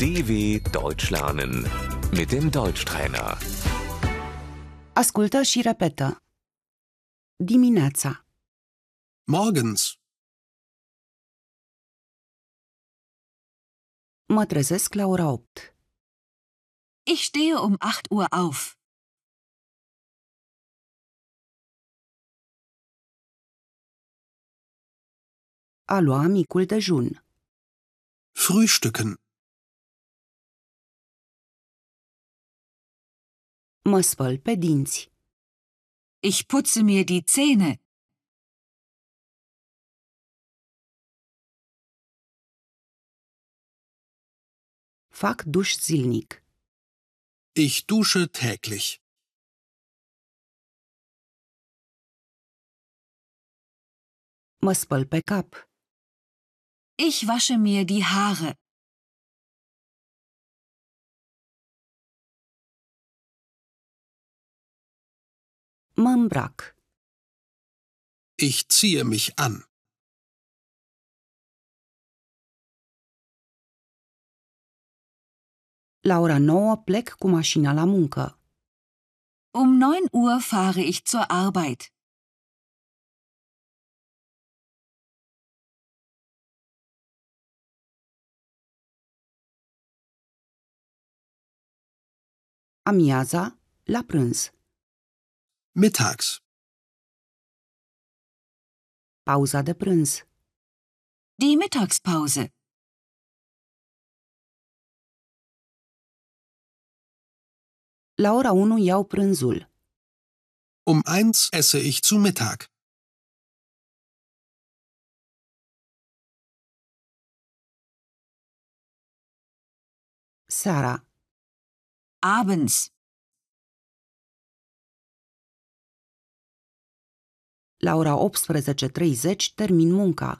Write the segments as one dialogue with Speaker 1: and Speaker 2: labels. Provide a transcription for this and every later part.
Speaker 1: DW Deutsch lernen mit dem Deutschtrainer.
Speaker 2: Ascultă și repetă. Dimineața,
Speaker 3: Morgens.
Speaker 2: mă trezesc la ora 8.
Speaker 4: Ich stehe um 8 Uhr auf.
Speaker 2: A lua micul dejun.
Speaker 3: Frühstücken.
Speaker 2: Mă spăl pe dinți.
Speaker 4: Ich putze mir die Zähne.
Speaker 2: Fac duș zilnic.
Speaker 3: Ich dusche täglich.
Speaker 2: Mă spăl pe cap.
Speaker 4: Ich wasche mir die Haare.
Speaker 2: Mă îmbrac.
Speaker 3: Ich ziehe mich an.
Speaker 2: La ora 9 plec cu mașina la muncă.
Speaker 4: Um 9 Uhr fahre ich zur Arbeit.
Speaker 2: Amiaza, la prânz.
Speaker 3: Mittags.
Speaker 2: Pauza de prânz.
Speaker 4: Die Mittagspause.
Speaker 2: La ora 1 iau prânzul.
Speaker 3: Um eins esse ich zu Mittag.
Speaker 2: Seara,
Speaker 4: Abends.
Speaker 2: la ora 18.30 termin munca.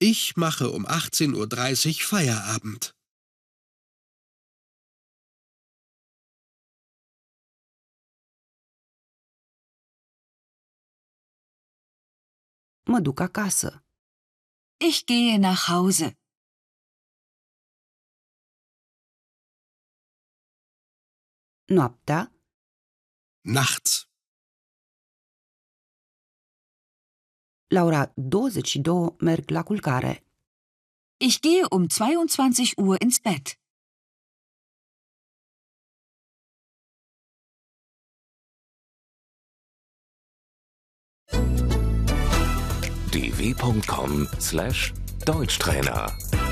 Speaker 3: Ich mache um 18.30 Uhr Feierabend.
Speaker 2: Mă duc acasă.
Speaker 4: Ich gehe nach Hause.
Speaker 2: Noaptea,
Speaker 3: Nachts.
Speaker 2: la ora 22 merg la culcare.
Speaker 4: Ich gehe um 22 Uhr ins Bett.
Speaker 1: dw.com/deutschtrainer